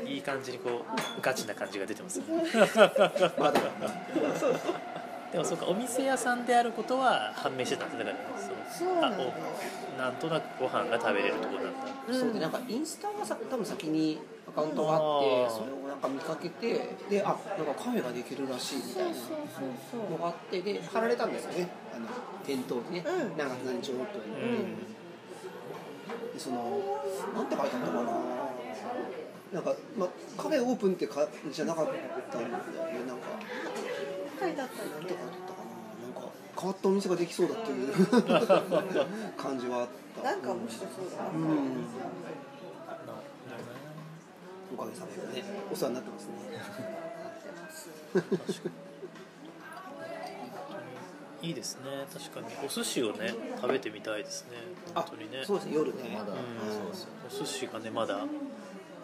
Speaker 2: いい感じにこうガチな感じが出てます ね
Speaker 1: まだ
Speaker 2: でもそうかお店屋さんであることは判明してたんですだからその
Speaker 4: そうなんだ
Speaker 2: あおなんとなくご飯が食べれるところだった
Speaker 1: そうでなんかインスタがさ多分先にアカウントがあって
Speaker 2: あー
Speaker 1: それをなんか見かけてであなんかカフェができるらしいみたいなのがあってで貼られたんですよねあの店頭でね、
Speaker 4: うん
Speaker 1: 長くなりちょろっと
Speaker 2: う
Speaker 1: で
Speaker 2: ん
Speaker 1: そのなんて書いてあったかななんか、ま、カフェオープンってかじゃなかったんだよねなんか
Speaker 4: 書いてあった
Speaker 1: なんと
Speaker 4: んだ
Speaker 1: かだ
Speaker 4: ね
Speaker 1: ったかななんか変わったお店ができそうだっていう 感じはあった
Speaker 4: なんか面白そうだな、
Speaker 1: うんおかげさまでねお世話になってますね
Speaker 2: いいですね確かにお寿司をね食べてみたいですね本当にね
Speaker 1: そうですね夜ね
Speaker 3: まだ、
Speaker 2: うん
Speaker 3: そうですよ
Speaker 2: お寿司がねまだ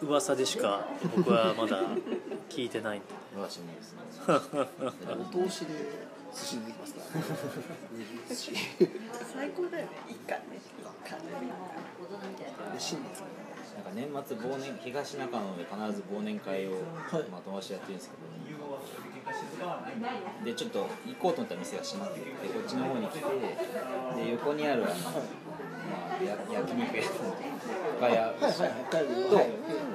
Speaker 2: 噂でしか僕はまだ聞いてないんで
Speaker 3: 私もですね
Speaker 1: お通しで寿司出てきます からね握り寿司で
Speaker 4: 最高だよね一貫ね一貫ね
Speaker 1: 新年ですからね
Speaker 3: なんか年末忘年東中野で必ず忘年会を、まあ、友達とやってるんですけどでちょっと行こうと思った店が閉まっててこっちの方に来てで横にあるあの、まあ、や焼肉屋の深
Speaker 1: はい
Speaker 3: 谷
Speaker 1: 北海道
Speaker 3: と
Speaker 1: はい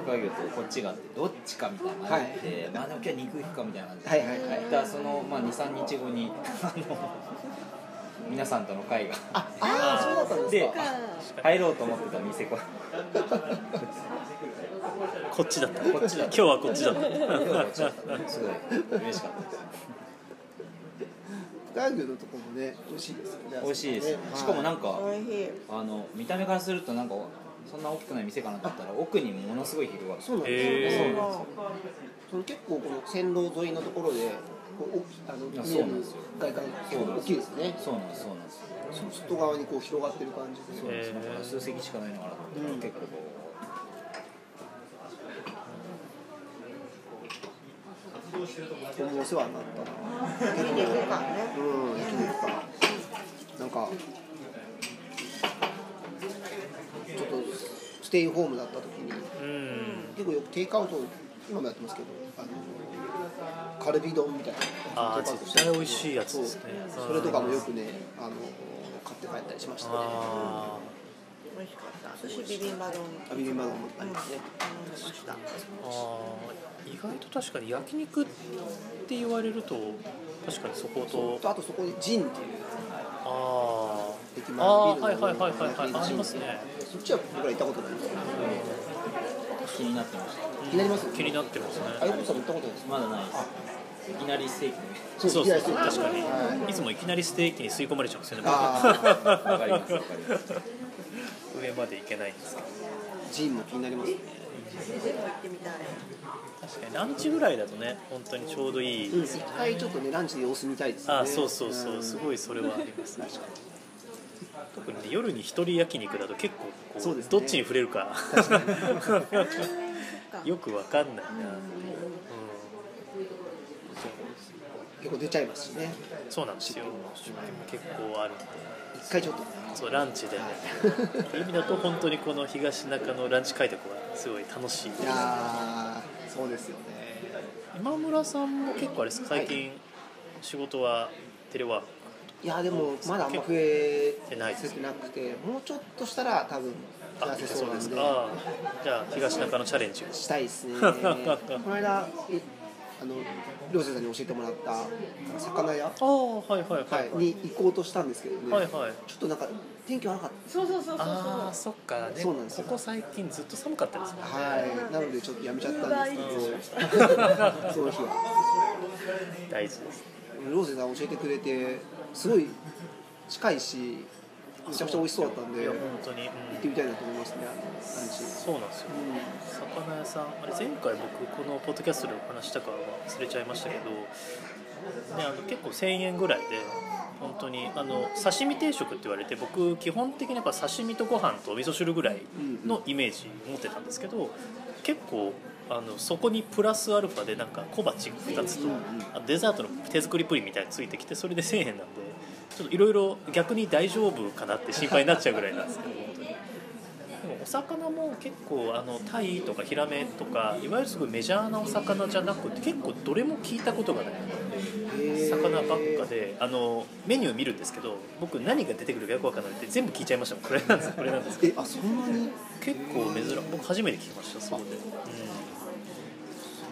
Speaker 3: 深谷とこっちがあってどっちかみたいなのがあって、まあでも今日肉行くかみたいな感じで、
Speaker 1: はいはいはい
Speaker 3: だからその、まあ、23日後にあの皆さんとの会が
Speaker 1: ああーそうだったんです
Speaker 3: で
Speaker 1: か
Speaker 3: 入ろうと思ってた店これ
Speaker 2: こっちだった
Speaker 3: こっちだ
Speaker 2: 今日はこっちだった
Speaker 3: 今日はこっちだったすごい嬉しかったです
Speaker 1: 北海道のとこもね美味しいですよね
Speaker 3: 美味しいですね
Speaker 1: は
Speaker 3: しかもなんか、
Speaker 4: おいしい
Speaker 3: あの見た目からするとなんかそんな大きくない店かなと思ったら奥にものすごい広がる
Speaker 1: そうなんですよ、
Speaker 2: へー
Speaker 3: そうなんですよ
Speaker 1: その結構この線路沿いのところでこう大きあの
Speaker 3: いや
Speaker 1: 見
Speaker 3: そう
Speaker 1: え
Speaker 3: なん
Speaker 1: る
Speaker 3: ですよ
Speaker 1: 外観
Speaker 3: そうなんです
Speaker 1: 大き
Speaker 3: よ
Speaker 1: いですね
Speaker 3: そうなんですそうなんです
Speaker 1: その外側にこう広がってる感じで
Speaker 3: そうなんです
Speaker 2: へ
Speaker 3: だ
Speaker 2: ー
Speaker 3: から数席しかないのかなと思ったら
Speaker 1: うん
Speaker 3: 結構こ
Speaker 1: ここもお世話になったな
Speaker 4: 見に行こうかね
Speaker 1: うん焼肉かなんかちょっとステイホームだった時に
Speaker 2: うん
Speaker 1: 結構よくテイクアウト今もやってますけどあのカルビ丼みたいなテ
Speaker 2: あー
Speaker 1: イクアウト
Speaker 2: 絶対美味しいやつですね
Speaker 1: そうそれとかもよくねあの買って帰ったりしましたね
Speaker 2: あ
Speaker 4: 美味しかった私ビビンバ丼
Speaker 1: アビリマガもありますね
Speaker 4: 飲みました
Speaker 2: ーあー意外と確かに焼肉って言われると確かにそこと
Speaker 1: とあとそこにジンっていう
Speaker 2: ああ
Speaker 1: 駅
Speaker 2: ああーはいはいはいはいはいありますね
Speaker 1: そっちは僕ら行ったことないんですけど
Speaker 3: う気になってました
Speaker 1: 気になりますよね
Speaker 2: 気になってますね
Speaker 1: あゆこさんも行ったことないですか
Speaker 3: まだないですいきなりステーキの
Speaker 2: そうそう
Speaker 1: いきなり行ってる
Speaker 2: 確かに、
Speaker 1: はい
Speaker 2: い、つもいきなりステーキに吸い込まれちゃうんですよね
Speaker 1: あ
Speaker 3: わかりますわかります
Speaker 2: 僕 上まで行けないんですけど
Speaker 1: ジンも気になりますね
Speaker 4: でも行ってみたい
Speaker 2: 確かにランチぐらいだとね本当にちょうどいい、
Speaker 1: 一回ちょっとねランチで様子見たいですね
Speaker 2: ああそうそうそう、す
Speaker 1: い
Speaker 2: ごいそれはあります確かに特にね夜に一人焼肉だと結構こう
Speaker 1: そうですね
Speaker 2: どっちに触れるか
Speaker 4: か
Speaker 2: よくわかんないなっていう、
Speaker 1: 結構出ちゃいますしね
Speaker 2: うん、そうなんですよ結構あるんで
Speaker 1: 一回ちょっとね
Speaker 2: そうランチで ねっていう意味だと本当にこの東中のランチ開拓はすごい楽しい
Speaker 1: いやーそうですよね
Speaker 2: 今村さんも結構あれです最近仕事はテレワーク
Speaker 1: いやーでもまだあんま増え
Speaker 2: てないです
Speaker 1: てなくてもうちょっとしたら多分
Speaker 2: あ
Speaker 1: 増やせそう
Speaker 2: そう
Speaker 1: な
Speaker 2: です
Speaker 1: ん
Speaker 2: か
Speaker 1: で
Speaker 2: あーじゃあ東中のチャレンジを
Speaker 1: したいです ねこの間えあの涼星さんに教えてもらった魚屋、
Speaker 2: ああはいはいは
Speaker 1: はいい、に行こうとしたんですけどね、
Speaker 2: はいはい
Speaker 1: ちょっとなんか天気悪かった
Speaker 4: そうそうそうそう
Speaker 2: ああ
Speaker 4: そ
Speaker 2: そっかね
Speaker 1: そうなんですよ
Speaker 2: ここ最近ずっと寒かったですもんね
Speaker 1: はい、なのでちょっとやめちゃったん ですけど、その日は。
Speaker 2: 大事です
Speaker 1: ローゼさん教えてくれて、すごい近いし、
Speaker 2: あ
Speaker 1: めちゃくちゃ美味しそうだったんで
Speaker 2: いや
Speaker 1: 行
Speaker 2: 本当に、うん
Speaker 1: ってみたいなと思いますねラ
Speaker 2: そうなんですよ
Speaker 1: ンチ、
Speaker 2: 魚屋さんあれ前回僕このポッドキャストでお話したかは忘れちゃいましたけど、ね、あの結構1000円ぐらいで本当にあの刺身定食って言われて僕基本的にやっぱ刺身とご飯とお味噌汁ぐらい
Speaker 1: うん
Speaker 2: のイメージ持ってたんですけど結構あのそこにプラスアルファでなんか小鉢2つと
Speaker 1: うんうん
Speaker 2: あデザートの手作りプリンみたいについてきてそれで1000円なんでちょっといろいろ逆に大丈夫かなって心配になっちゃうぐらいなんですけど本当に。でもお魚も結構あのタイとかヒラメとかいわゆるすごいメジャーなお魚じゃなくて結構どれも聞いたことがない
Speaker 1: へー
Speaker 2: 魚ばっかであのメニュー見るんですけど僕何が出てくるかよくわかんなくて全部聞いちゃいましたもんこれなんですこれなんです
Speaker 1: えあそんなに
Speaker 2: 結構珍しい僕初めて聞きましたそうで、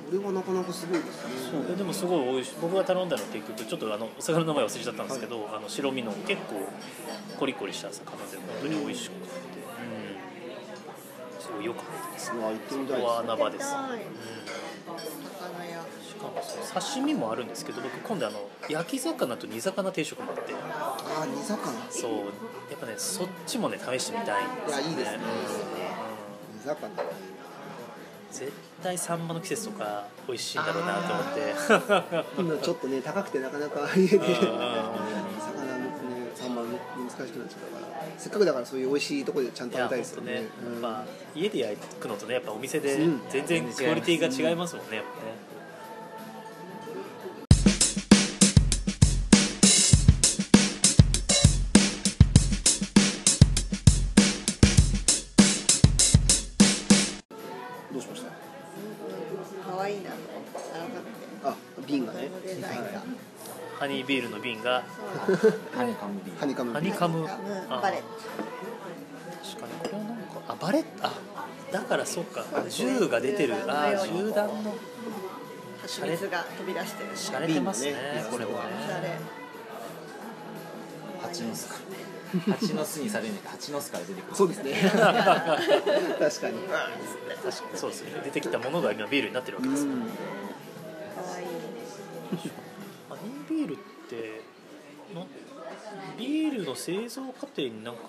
Speaker 1: それはなかなかすごいですね
Speaker 2: うん、ででもすごい美味しい僕が頼んだのは結局ちょっとあのお魚の名前忘れちゃったんですけど、あの白身の結構コリコリした魚で本当に美味しくて、うん、すごい良かったです
Speaker 1: うわ行ってみたいで
Speaker 2: ここは
Speaker 1: すね
Speaker 2: 穴場です、
Speaker 4: はい
Speaker 2: うん
Speaker 4: 魚屋
Speaker 2: しかもその刺身もあるんですけど僕今度あの焼き魚と煮魚定食もあって
Speaker 1: あ煮魚
Speaker 2: そうやっぱねそっちもね試してみたいんです
Speaker 1: い
Speaker 2: よ
Speaker 1: やいいですね
Speaker 2: うん
Speaker 1: 煮魚がいいな
Speaker 2: 絶対サンマの季節とか美味しいんだろうなと思って
Speaker 1: 今ちょっとね高くてなかなか家で魚
Speaker 2: うん
Speaker 1: のねサンマね難しくなっちゃったからせっかくだからそういう美味しいところでちゃんと
Speaker 2: い
Speaker 1: 食
Speaker 2: や
Speaker 1: べたい
Speaker 2: 本
Speaker 1: です
Speaker 2: 当
Speaker 1: よね
Speaker 2: ねやっ
Speaker 1: うん
Speaker 2: ぱ家で焼くのとねやっぱお店で
Speaker 1: うん
Speaker 2: 全然クオリティが違いますもんねやっぱね
Speaker 1: どうしました
Speaker 4: 可愛いなと思って改めて
Speaker 1: あ瓶が
Speaker 4: こ
Speaker 1: ね
Speaker 4: のデザインが
Speaker 2: ハニービールの瓶が
Speaker 4: そう
Speaker 3: ハニカムビー
Speaker 1: ハニカム
Speaker 2: ハニカム
Speaker 4: ハニカ
Speaker 2: あ
Speaker 4: ムバレッ
Speaker 2: 確かにこれはなんかあバレッあだからそうかあ銃が出てるあ銃弾の
Speaker 4: 蜂蜜が飛び出してる
Speaker 2: 洒落てますね
Speaker 1: 瓶ね
Speaker 2: これもね
Speaker 4: あれ
Speaker 3: 蜂の巣か蜂の巣にされねえ蜂の巣から出てくる
Speaker 1: そう ですね確かに
Speaker 2: 確かにそうですね出てきたものが今ビールになってるわけですから
Speaker 1: うん
Speaker 4: 可愛い
Speaker 2: ハニービールってのビールの製造過程になんか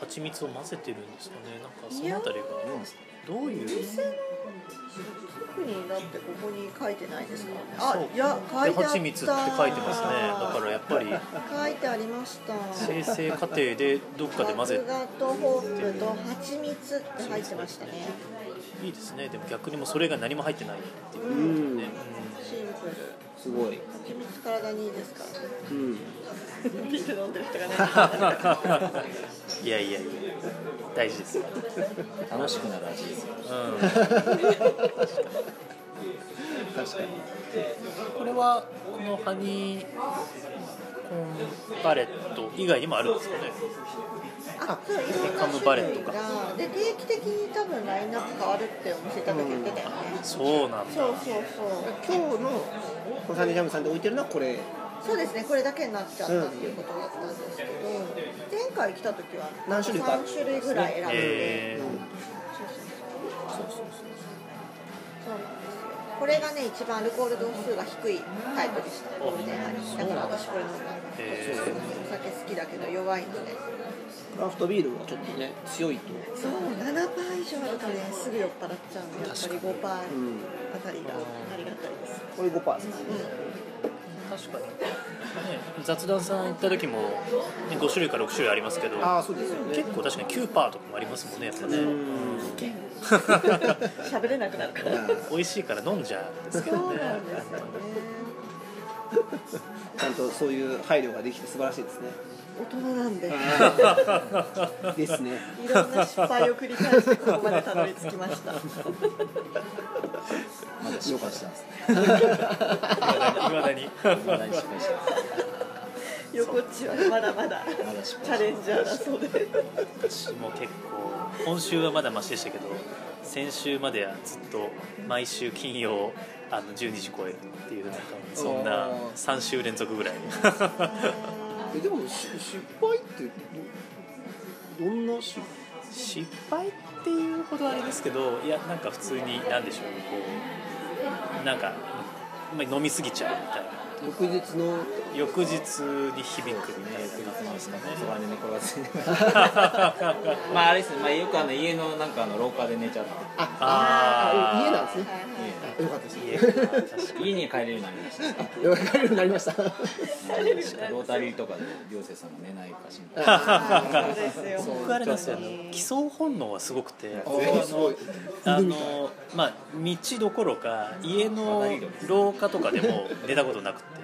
Speaker 2: 蜂蜜を混ぜてるんですかねなんかそのあたりが
Speaker 3: どうですか
Speaker 2: どういう
Speaker 4: 特にだってここに書いてないですからね
Speaker 2: そ
Speaker 4: あ
Speaker 2: う
Speaker 4: いや書いてあった
Speaker 2: 蜂蜜って書いてますねだからやっぱり
Speaker 4: 書いてありました
Speaker 2: 生成過程でどっかで混ぜ
Speaker 4: 麦芽とホップと蜂蜜って入ってましたね
Speaker 2: いいですねでも逆にもうそれが何も入ってないっていう
Speaker 1: う
Speaker 2: ね、
Speaker 1: ん
Speaker 2: うん
Speaker 4: シンプル
Speaker 1: すごい
Speaker 4: 蜂蜜体にいいですからね
Speaker 1: うん
Speaker 4: ビール飲んでる人がね
Speaker 2: いやいやいや大事ですよ、
Speaker 3: 楽しくなる味ですよ
Speaker 2: うん
Speaker 1: 確かに
Speaker 2: これはこのハニーコンバレット以外にもあるんですかね
Speaker 4: あそういろんな
Speaker 2: ハニカムバレットか
Speaker 4: がで定期的に多分ラインナップ変わるってお店多分言ってたよね
Speaker 2: そうなんだ
Speaker 4: そうそうそう
Speaker 1: 今日のこのサンデージャムさんで置いてるのはこれ
Speaker 4: そうですねこれだけになっちゃったっていうことだったんですけど前回来た時は
Speaker 1: 何種類か
Speaker 4: 3種類ぐらい選んで
Speaker 2: え
Speaker 4: そうそうそうそうなんですよこれがね一番アルコール度数が低いタイプでしたゴールデンハイだから私これ飲んだ
Speaker 2: ーえ
Speaker 4: お酒好きだけど弱いので
Speaker 1: クラフトビールはちょっとね強いと
Speaker 4: そう7パー以上あるとねすぐ酔っ払っちゃうんでやっぱり5パー
Speaker 1: うん
Speaker 4: あたりがありがたいです
Speaker 1: これ5%ですか
Speaker 2: ー確かに、ね、雑談さん行った時も、ね、5種類から6種類ありますけど
Speaker 1: ああそうですよね
Speaker 2: 結構確かに9%とかもありますもんねやっぱね
Speaker 1: うん
Speaker 4: 喋れなくなるから
Speaker 1: いや
Speaker 2: 美味しいから飲ん じゃうんですけ
Speaker 4: そ
Speaker 2: ど
Speaker 4: う
Speaker 2: ね
Speaker 4: なんですよね
Speaker 1: ちゃんとそういう配慮ができて素晴らしいですね
Speaker 4: 大人なんで
Speaker 1: ですね
Speaker 4: いろんな失敗を繰り返してここまでたどり着きました
Speaker 3: まだ失敗してますね
Speaker 2: いまだに
Speaker 3: 未だに失敗してます
Speaker 4: 横っちはまだまだ
Speaker 3: まだ失敗
Speaker 4: チャレンジャーだそうで
Speaker 2: 私も結構今週はまだマシでしたけど先週まではずっと毎週金曜あの12時超えっていうなんかそんな
Speaker 1: おー
Speaker 2: 3週連続ぐらい
Speaker 1: えでもし失敗ってどどんな失
Speaker 2: 失敗っていうほどあれですけどいやなんか普通に何でしょうこうなんか、まあ、飲み過ぎちゃうみたいな
Speaker 1: 翌日の
Speaker 2: 翌日に響くみたい
Speaker 3: 翌日
Speaker 2: な
Speaker 3: のですかね、そばで寝転がって まああれですね、まあ、よくあの家のなんかあの廊下で寝ちゃって
Speaker 1: あ
Speaker 2: あー
Speaker 1: 家なんですね
Speaker 4: はいは
Speaker 1: あ
Speaker 4: い
Speaker 1: よかったです
Speaker 2: 家確かに
Speaker 3: 家に帰れるようになりました
Speaker 1: よかるようになりました
Speaker 3: ロータリーとかで涼星さんが寝ないか心配
Speaker 4: あーそうですよ
Speaker 2: 僕あれなんですよあの帰巣本能はすごくて
Speaker 3: あ
Speaker 2: 僕
Speaker 1: すごい
Speaker 2: あのまあ道どころか家の廊下とかでも寝たことなくて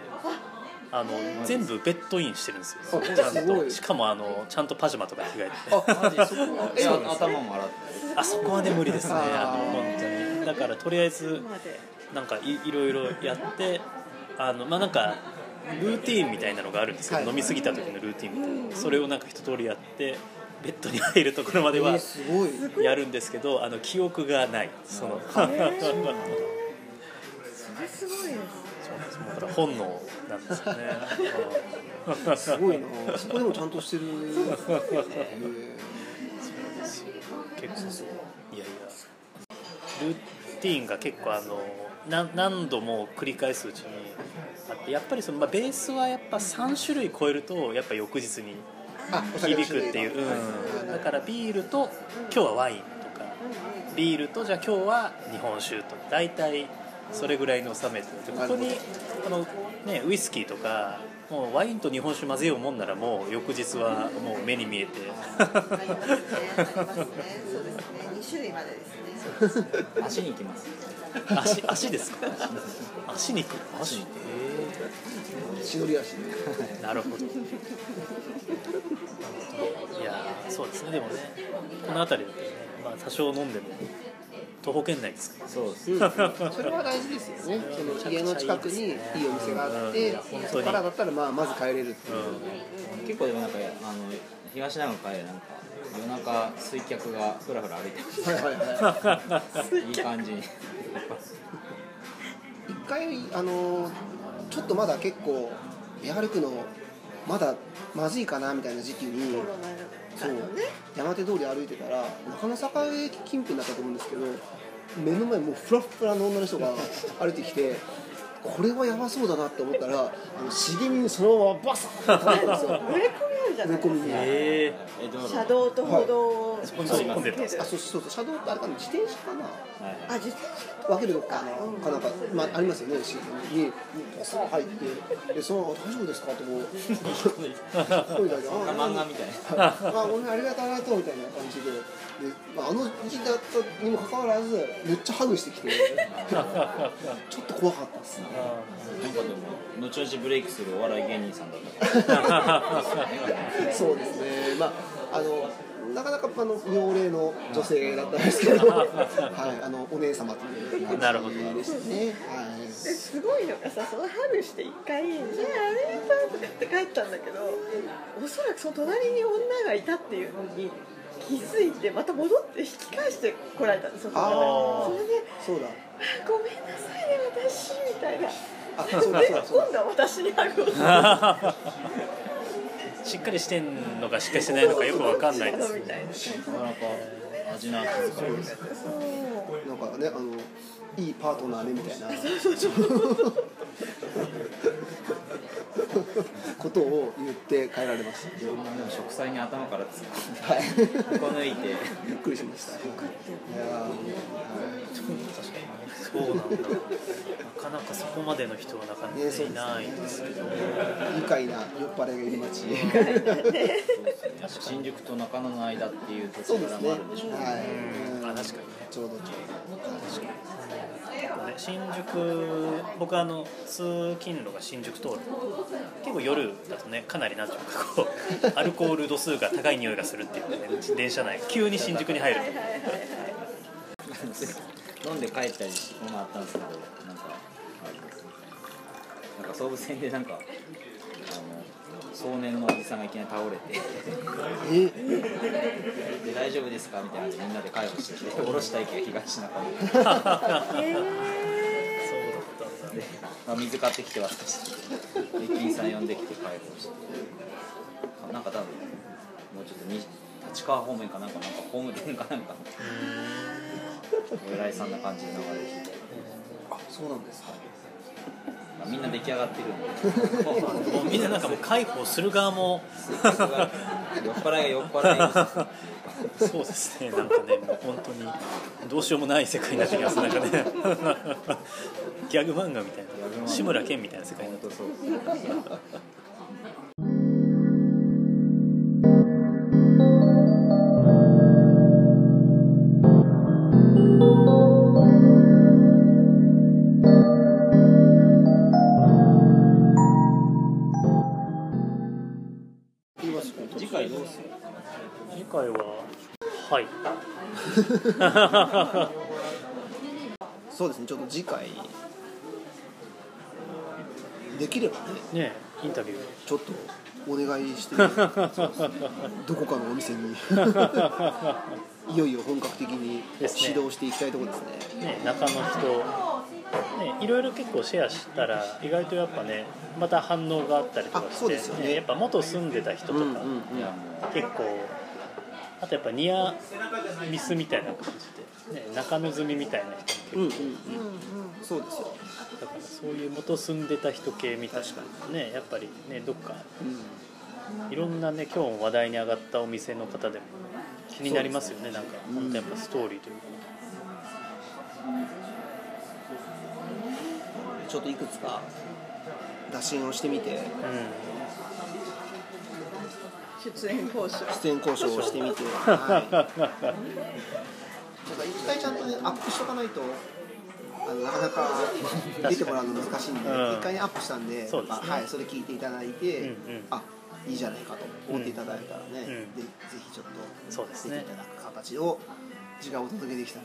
Speaker 2: あの全部ベッドインしてるんですよ
Speaker 1: あ
Speaker 2: ちゃん
Speaker 1: すご
Speaker 2: と
Speaker 1: い
Speaker 2: しかもあのちゃんとパジャマとか着替えて
Speaker 1: あ マジそこ
Speaker 3: え
Speaker 1: え
Speaker 3: あ頭も洗って
Speaker 2: あそこはね無理ですね
Speaker 1: あ
Speaker 2: あ
Speaker 1: ー
Speaker 2: の本当にだからとりあえず
Speaker 4: まで
Speaker 2: なんかいいろいろやってあのまあなんかルーティーンみたいなのがあるんですけど、
Speaker 1: はい
Speaker 2: 飲み過ぎた時のルーティーンみたいなのそれをなんか一通りやってベッドに入るところまでは
Speaker 1: ーすごい
Speaker 2: やるんですけどあの記憶がないその そう
Speaker 4: それすごいです
Speaker 2: なんですだから本能なんです よねうん
Speaker 1: すごいなそこでもちゃんとしてる
Speaker 2: 結構いやいやルーティーンが結構あのな何度も繰り返すうちにあってやっぱりその、まあ、ベースはやっぱ3種類超えるとやっぱ翌日に
Speaker 1: あお酒の
Speaker 2: 響
Speaker 1: 種
Speaker 2: く
Speaker 1: 類
Speaker 2: っていう、
Speaker 1: が
Speaker 2: うん、だからビールと今日はワインとかビールとじゃあ今日は日本酒と大体それぐらいの収めてでここにあの、ね、ウイスキーとかもうワインと日本酒混ぜようもんならもう翌日はもう目に見えて
Speaker 4: ありますねありますねそうですね二種類までですね
Speaker 3: る足に行きます
Speaker 2: 足足ですか足に行く
Speaker 3: 足に行って
Speaker 1: しのり足
Speaker 2: なるほど。いやーそうですねでもねこの辺りだとね、まあ、多少飲んでも徒歩圏内ですから
Speaker 3: そうです
Speaker 1: それは大事ですよねその家の近くにいいお店があって
Speaker 2: うん本当に
Speaker 1: そこからだったらまあまず帰れる っていう
Speaker 3: 結構でもなんかあの東長野からなんか夜中水客がふらふら歩いてまし
Speaker 1: はいはいはい
Speaker 3: たいい感じに
Speaker 1: 一回あのちょっとまだ結構出歩くのまだまずいかなみたいな時期に
Speaker 4: コロナ禍
Speaker 1: そう
Speaker 4: のね
Speaker 1: 山手通り歩いてたら中野坂上駅近辺だったと思うんですけど目の前もうフラフラの女の人が歩いてきてこれはやばそうだなって思ったらあの茂みにそのままバサッと倒れたんですよ
Speaker 4: 植え込みあるじゃ
Speaker 1: 植
Speaker 4: な
Speaker 1: え
Speaker 4: いで
Speaker 1: 込みに
Speaker 4: す
Speaker 2: ええ
Speaker 3: えどう
Speaker 4: か車道と歩道を
Speaker 3: こに
Speaker 2: 混んでたんです
Speaker 1: あそうそうそう車道ってあれかな自転車かな
Speaker 3: はい
Speaker 4: あ自転
Speaker 1: 分けるとこかなかなんか、まあ、ありますよねしにボサッ入ってでそのまま「大丈夫ですか?」ってこう声だけあ
Speaker 3: なんか漫画みたいな
Speaker 1: あごめんありがとうありがとうみたいな感じでで、まあ、あの時期だったにもかかわらずめっちゃハグしてきてちょっと怖かったっすね
Speaker 3: なんかでも後々ブレイクするお笑い芸人さんだったから
Speaker 1: そうですねまああのなかなかあの妙齢の女性だったんですけど、はい、あのお姉様という感
Speaker 2: なるほど
Speaker 1: じでしたね。はい
Speaker 4: で、すごいのがさそのハグして一回「じゃあありがとう」とかって帰ったんだけどおそらくその隣に女がいたっていうのに気づいてまた戻って引き返してこられたんですよその
Speaker 1: あ
Speaker 4: 方
Speaker 1: ー
Speaker 4: がそれで
Speaker 1: そうだ。
Speaker 4: 「ごめんなさいね私」みたいな。
Speaker 1: あ、
Speaker 4: で
Speaker 1: そうだそうだそうだ。
Speaker 4: 今度は私にハグをして
Speaker 2: しっかりしてんのかしっかりしてないのかよくわかんないです
Speaker 4: みたいな
Speaker 3: なかなか味のある気遣いです
Speaker 4: そう
Speaker 1: なんかねあのいいパートナーねみたいなことを言って帰られまし
Speaker 3: いろんなもう植栽に頭から突っ込んで
Speaker 1: た。はい。
Speaker 3: こ抜いて
Speaker 1: びっくりしました。いや
Speaker 2: そうなんだなかなかそこまでの人はなかな
Speaker 1: ね
Speaker 2: か
Speaker 1: そうですね
Speaker 2: いないですけど、
Speaker 1: ー愉快な酔っ払いがいる街。
Speaker 3: 新宿と中野の間っていう土
Speaker 1: そう
Speaker 3: 地
Speaker 1: で
Speaker 3: 柄
Speaker 1: すね。
Speaker 3: もあ
Speaker 1: は
Speaker 3: るんでしょ
Speaker 1: い。うん
Speaker 2: あ確かにね
Speaker 1: ちょうどちょ
Speaker 2: 結構ね新宿僕あの通勤路が新宿通る結構夜だとねかなりなんていうかこう アルコール度数が高い匂いがするっていうかねうち電車内急に新宿に入る
Speaker 3: 飲んで帰ったりしてものあったんですけどなんかなんか総武線でなんかあの少年のおじさんがいきなり倒れて
Speaker 1: うど。え
Speaker 3: で大丈夫ですかみたいなのでみんなで介護してて降ろした駅が東中野
Speaker 2: そうだったんだ
Speaker 3: で、まあ、水買ってきて渡して駅員さん呼んできて介護してなんか多分もうちょっとに立川方面かなんかなんかホーム店かなんかお偉いさんな感じで流れてきて
Speaker 1: あ、そうなんですか。
Speaker 3: まあ、みんな出来上がってるんで
Speaker 2: もうみんななんかもう介抱する側 も
Speaker 3: 酔っ払いが酔っ払いです
Speaker 2: そうですねなんかねもう本当にどうしようもない世界になってきますなんかね ギャグ漫画みたいな志村けんみたいな世界にな
Speaker 3: 本
Speaker 2: って
Speaker 3: 当そう次回どうする
Speaker 2: 次回は はい
Speaker 1: そうですねちょっと次回できればね
Speaker 2: ねインタビュー
Speaker 1: ちょっとお願いして、 どこかのお店 にいよいよ本格的に
Speaker 2: ですね
Speaker 1: 指導していきたいところですね
Speaker 2: ね、中の人、ね、いろいろ結構シェアしたら意外とやっぱねまた反応があったりとか
Speaker 1: あ
Speaker 2: し
Speaker 1: そう
Speaker 2: て、
Speaker 1: ですよね
Speaker 2: やっぱ元住んでた人と
Speaker 1: う
Speaker 2: か、
Speaker 1: んうんうん
Speaker 3: いやも
Speaker 2: 結構あとやっぱニアミスみたいな感じで、ね、中野住みみたいな人
Speaker 1: うんう
Speaker 2: も
Speaker 1: ん
Speaker 2: 結構、
Speaker 4: うんうん
Speaker 1: そうですよ、
Speaker 2: だからそういう元住んでた人系みたいなねやっぱりねどっか
Speaker 1: う
Speaker 2: いろんなね今日も話題に上がったお店の方でも気になりますよねなんか
Speaker 1: うん
Speaker 2: 本当やっぱストーリーというか。
Speaker 1: ん、ちょっといくつか打診をしてみて
Speaker 2: うん
Speaker 4: 出演交渉
Speaker 1: 出演交渉をしてみて、はい、なんか一回ちゃんとねアップしとかないとあのなかな か出てもらうの難しいんで、
Speaker 2: うん
Speaker 1: 一回ねアップしたんで
Speaker 2: そうですね
Speaker 1: まあはい、それ聞いていただいて、
Speaker 2: うんうん
Speaker 1: あいいじゃないかと思っていただいたらね、
Speaker 2: んうん
Speaker 1: でぜひちょっ
Speaker 2: そう
Speaker 1: と
Speaker 2: で
Speaker 1: して
Speaker 2: す
Speaker 1: い
Speaker 2: ね
Speaker 1: ただく形を時間をお届けできたら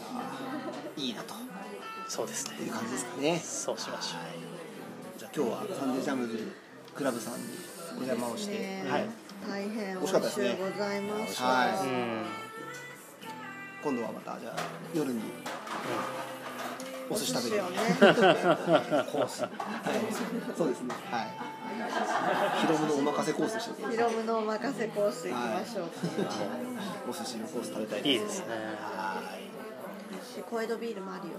Speaker 1: いいなと
Speaker 2: そうですね
Speaker 1: いう感じですかね。
Speaker 2: そうしましょう
Speaker 1: はいじゃあ今日はサンデージャムズクラブさんにお邪魔をして、
Speaker 4: ね
Speaker 1: はい、
Speaker 4: 大変
Speaker 1: 惜
Speaker 4: 美
Speaker 1: しかった
Speaker 4: 味
Speaker 1: で
Speaker 4: し
Speaker 1: す
Speaker 4: ゅ
Speaker 1: ね
Speaker 4: うございました、
Speaker 1: は
Speaker 2: うん
Speaker 1: 今度はまたじゃあ夜にお寿司食べて
Speaker 4: お寿
Speaker 1: コース、はい、そうですねはいヒロムのお任せコースでした
Speaker 4: ヒ
Speaker 1: ね
Speaker 4: ロムのお任せコース行きましょうか、
Speaker 1: お寿司のコース食べたい
Speaker 2: いいですね
Speaker 1: はい
Speaker 4: 小江戸ビールもあるよ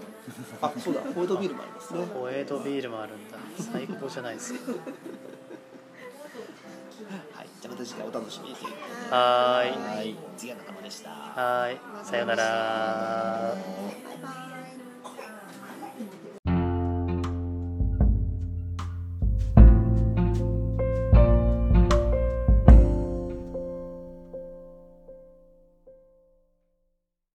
Speaker 1: あそうだホワイトビールもありますね
Speaker 2: ホエイトビールもあるんだ最高じゃないですか
Speaker 1: はいじゃあまた次回お楽しみに
Speaker 2: はーい
Speaker 1: はい次は仲間でした
Speaker 2: はーいさよなら
Speaker 4: バイバイ